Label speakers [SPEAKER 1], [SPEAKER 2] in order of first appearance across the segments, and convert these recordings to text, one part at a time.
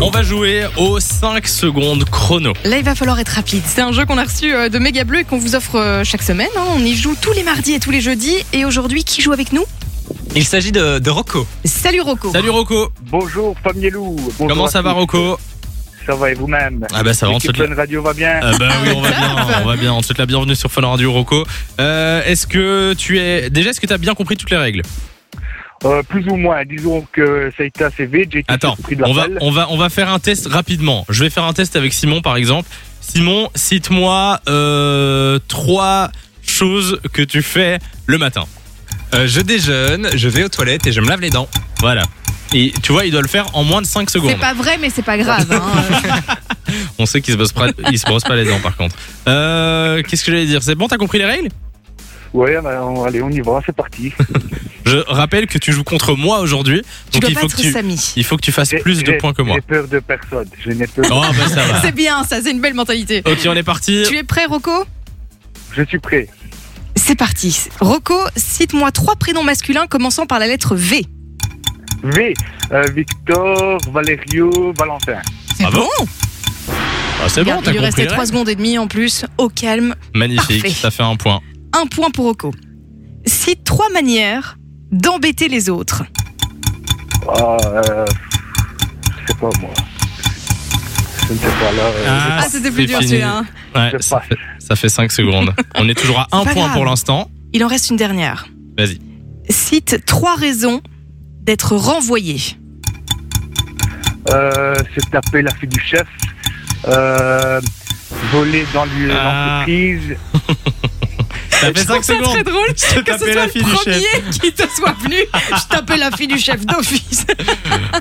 [SPEAKER 1] On va jouer aux 5 secondes chrono.
[SPEAKER 2] Là, il va falloir être rapide. C'est un jeu qu'on a reçu euh, de Méga Bleu et qu'on vous offre euh, chaque semaine. hein. On y joue tous les mardis et tous les jeudis. Et aujourd'hui, qui joue avec nous
[SPEAKER 3] Il s'agit de, de Rocco.
[SPEAKER 2] Salut Rocco.
[SPEAKER 1] Salut Rocco,
[SPEAKER 4] Bonjour, Famille Lou. Bonjour
[SPEAKER 1] comment
[SPEAKER 4] à
[SPEAKER 1] ça va
[SPEAKER 4] tous.
[SPEAKER 1] Rocco
[SPEAKER 4] Ça va et vous-même
[SPEAKER 1] Ah bah ça va, on te
[SPEAKER 4] L'équipe
[SPEAKER 1] souhaite la...
[SPEAKER 4] Fun Radio va bien
[SPEAKER 1] Ah bah oui, on va bien, on va bien, on te souhaite la bienvenue sur Fun Radio Rocco. Euh, est-ce que tu es... Déjà, est-ce que tu as bien compris toutes les règles
[SPEAKER 4] Euh, Plus ou moins, disons que ça a été assez vite. J'ai été
[SPEAKER 1] Attends,
[SPEAKER 4] surpris de
[SPEAKER 1] on va,
[SPEAKER 4] l'appel.
[SPEAKER 1] on, va, on va faire un test rapidement. Je vais faire un test avec Simon par exemple. Simon, cite-moi euh, trois choses que tu fais le matin.
[SPEAKER 3] Euh, je déjeune, je vais aux toilettes et je me lave les dents.
[SPEAKER 1] Voilà. Et tu vois, il doit le faire en moins de 5 secondes.
[SPEAKER 2] C'est pas vrai, mais c'est pas grave. hein.
[SPEAKER 1] On sait qu'il se brosse pas, il se brosse pas les dents par contre. Euh, Qu'est-ce que j'allais dire C'est bon, t'as compris les règles
[SPEAKER 4] Ouais, bah, on- allez, on y va, c'est parti.
[SPEAKER 1] Je rappelle que tu joues contre moi aujourd'hui,
[SPEAKER 2] tu
[SPEAKER 1] donc
[SPEAKER 2] dois
[SPEAKER 1] il
[SPEAKER 2] pas
[SPEAKER 1] faut que
[SPEAKER 2] être
[SPEAKER 1] tu,
[SPEAKER 2] Samy.
[SPEAKER 1] il faut que tu fasses
[SPEAKER 4] J'ai-
[SPEAKER 1] plus de
[SPEAKER 4] j'ai-
[SPEAKER 1] points que moi.
[SPEAKER 4] J'ai peur de personne. Je n'ai peur.
[SPEAKER 1] Oh bah ça va.
[SPEAKER 2] C'est bien, ça, c'est une belle mentalité.
[SPEAKER 1] Ok, on est parti.
[SPEAKER 2] Tu es prêt, Rocco
[SPEAKER 4] Je suis prêt.
[SPEAKER 2] C'est parti. Rocco, cite-moi trois prénoms masculins commençant par la lettre V.
[SPEAKER 4] V. euh, Victor, Valerio, Valentin.
[SPEAKER 2] C'est
[SPEAKER 1] Ah bon Ah, C'est bon,
[SPEAKER 2] Regarde,
[SPEAKER 1] t'as
[SPEAKER 2] il
[SPEAKER 1] compris.
[SPEAKER 2] lui restait
[SPEAKER 1] les
[SPEAKER 2] 3
[SPEAKER 1] règles.
[SPEAKER 2] secondes et demie en plus. Au calme,
[SPEAKER 1] Magnifique,
[SPEAKER 2] Parfait.
[SPEAKER 1] ça fait un point.
[SPEAKER 2] un point pour Rocco. Cite trois manières d'embêter les autres.
[SPEAKER 4] Ah, euh, je sais pas moi. Je ne sais pas là. euh,
[SPEAKER 1] Ah,
[SPEAKER 2] Ah, c'était plus
[SPEAKER 1] c'est
[SPEAKER 2] dur
[SPEAKER 1] fini.
[SPEAKER 2] celui-là. hein.
[SPEAKER 1] Ouais,
[SPEAKER 4] je
[SPEAKER 1] ça
[SPEAKER 4] passe.
[SPEAKER 1] fait, ça fait 5 secondes. On est toujours à 1
[SPEAKER 2] pas
[SPEAKER 1] point
[SPEAKER 2] grave.
[SPEAKER 1] pour l'instant.
[SPEAKER 2] Il en reste une dernière.
[SPEAKER 1] Vas-y.
[SPEAKER 2] Cite trois raisons d'être renvoyé.
[SPEAKER 4] Euh, se taper la fille du chef. Euh, voler dans l'u-
[SPEAKER 1] Ah.
[SPEAKER 4] l'entreprise.
[SPEAKER 1] Ça fait
[SPEAKER 2] Je trouve
[SPEAKER 1] 5
[SPEAKER 2] ça très
[SPEAKER 1] secondes.
[SPEAKER 2] drôle
[SPEAKER 1] Je te
[SPEAKER 2] que ce
[SPEAKER 1] tapais
[SPEAKER 2] soit
[SPEAKER 1] la
[SPEAKER 2] le
[SPEAKER 1] fille du chef.
[SPEAKER 2] premier qui te soit venu. Je tapais la fille du chef d'office.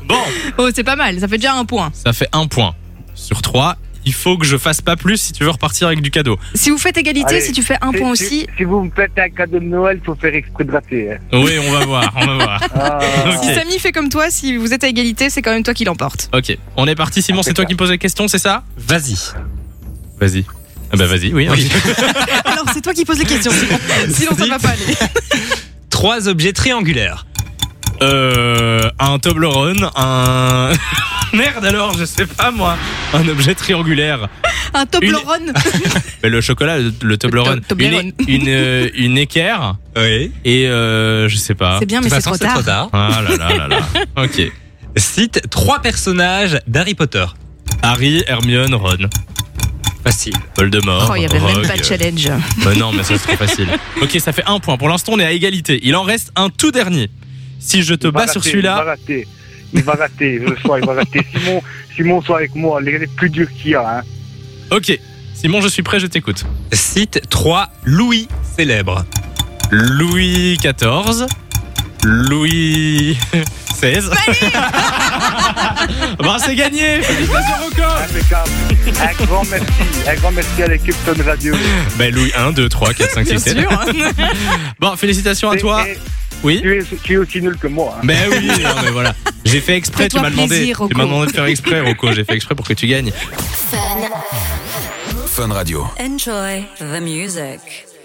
[SPEAKER 1] Bon,
[SPEAKER 2] Oh, c'est pas mal, ça fait déjà un point.
[SPEAKER 1] ça fait 1 point sur 3. Il faut que je fasse pas plus si tu veux repartir avec du cadeau.
[SPEAKER 2] Si vous faites égalité,
[SPEAKER 4] Allez,
[SPEAKER 2] si tu fais un
[SPEAKER 4] Si-
[SPEAKER 2] point
[SPEAKER 4] si-
[SPEAKER 2] aussi,
[SPEAKER 4] Si vous me faites un cadeau de Noël, faut faire exprès de rater. hein.
[SPEAKER 1] Oui, on va voir, on va voir.
[SPEAKER 4] Ah.
[SPEAKER 1] Ok.
[SPEAKER 2] si Samy fait comme toi, si vous êtes à égalité, c'est quand même toi qui l'emporte.
[SPEAKER 1] Ok, on est parti Simon, c'est toi qui me poses la question, c'est ça
[SPEAKER 3] Vas-y.
[SPEAKER 1] Vas-y. Ah bah vas-y, oui.
[SPEAKER 3] Oui.
[SPEAKER 1] ok.
[SPEAKER 2] Alors, c'est toi qui poses les questions, sinon, sinon ça ne va pas aller.
[SPEAKER 3] Trois objets triangulaires.
[SPEAKER 1] Euh, un Toblerone, un... Merde alors, je sais pas moi. Un objet triangulaire.
[SPEAKER 2] Un Toblerone
[SPEAKER 1] Mais le chocolat, le, le Toblerone.
[SPEAKER 2] Le to- Toblerone.
[SPEAKER 1] Une, une, euh, une équerre
[SPEAKER 3] Oui.
[SPEAKER 1] et euh, je sais pas.
[SPEAKER 2] C'est bien,
[SPEAKER 3] De
[SPEAKER 2] mais
[SPEAKER 3] toute
[SPEAKER 2] c'est
[SPEAKER 3] façon,
[SPEAKER 2] trop tard.
[SPEAKER 1] Ah là là là là. Ok.
[SPEAKER 3] Cite trois personnages d'Harry Potter.
[SPEAKER 1] Harry, Hermione, Ron,
[SPEAKER 3] Facile.
[SPEAKER 1] Voldemort.
[SPEAKER 2] Oh, il n'y avait même
[SPEAKER 1] Rogue.
[SPEAKER 2] pas de challenge.
[SPEAKER 1] Bah non, mais ça c'est trop facile. Ok, ça fait un point. Pour l'instant, on est à égalité. Il en reste un tout dernier. Si je te
[SPEAKER 4] Il va
[SPEAKER 1] bats sur
[SPEAKER 4] rater,
[SPEAKER 1] celui-là,
[SPEAKER 4] Il va rater. Il va rater, je le sens, il va rater. Simon, Simon, sois avec moi, les les plus durs qu'il y a. Hein.
[SPEAKER 1] Ok, Simon, je suis prêt, je t'écoute.
[SPEAKER 3] Cite trois Louis célèbres.
[SPEAKER 1] Louis XIV, Louis XVI. bah, c'est gagné Félicitations, Rocco
[SPEAKER 4] Impeccable. Un grand merci, un grand merci à l'équipe Fun Radio.
[SPEAKER 1] Bah, Louis 1, 2, 3, 4, 5,
[SPEAKER 2] Bien
[SPEAKER 1] 6, 7.
[SPEAKER 2] sûr. hein.
[SPEAKER 1] Bon, félicitations à
[SPEAKER 4] Et-
[SPEAKER 1] toi.
[SPEAKER 4] et
[SPEAKER 1] Oui
[SPEAKER 4] tu, es, tu es aussi nul que moi. hein.
[SPEAKER 1] Ben oui, non, mais voilà. J'ai fait exprès, tu
[SPEAKER 2] Fais-toi
[SPEAKER 1] m'as demandé.
[SPEAKER 2] plaisir,
[SPEAKER 1] Tu m'as
[SPEAKER 2] Rocco.
[SPEAKER 1] demandé de faire exprès, Rocco. J'ai fait exprès pour que tu gagnes.
[SPEAKER 5] Enjoy the music.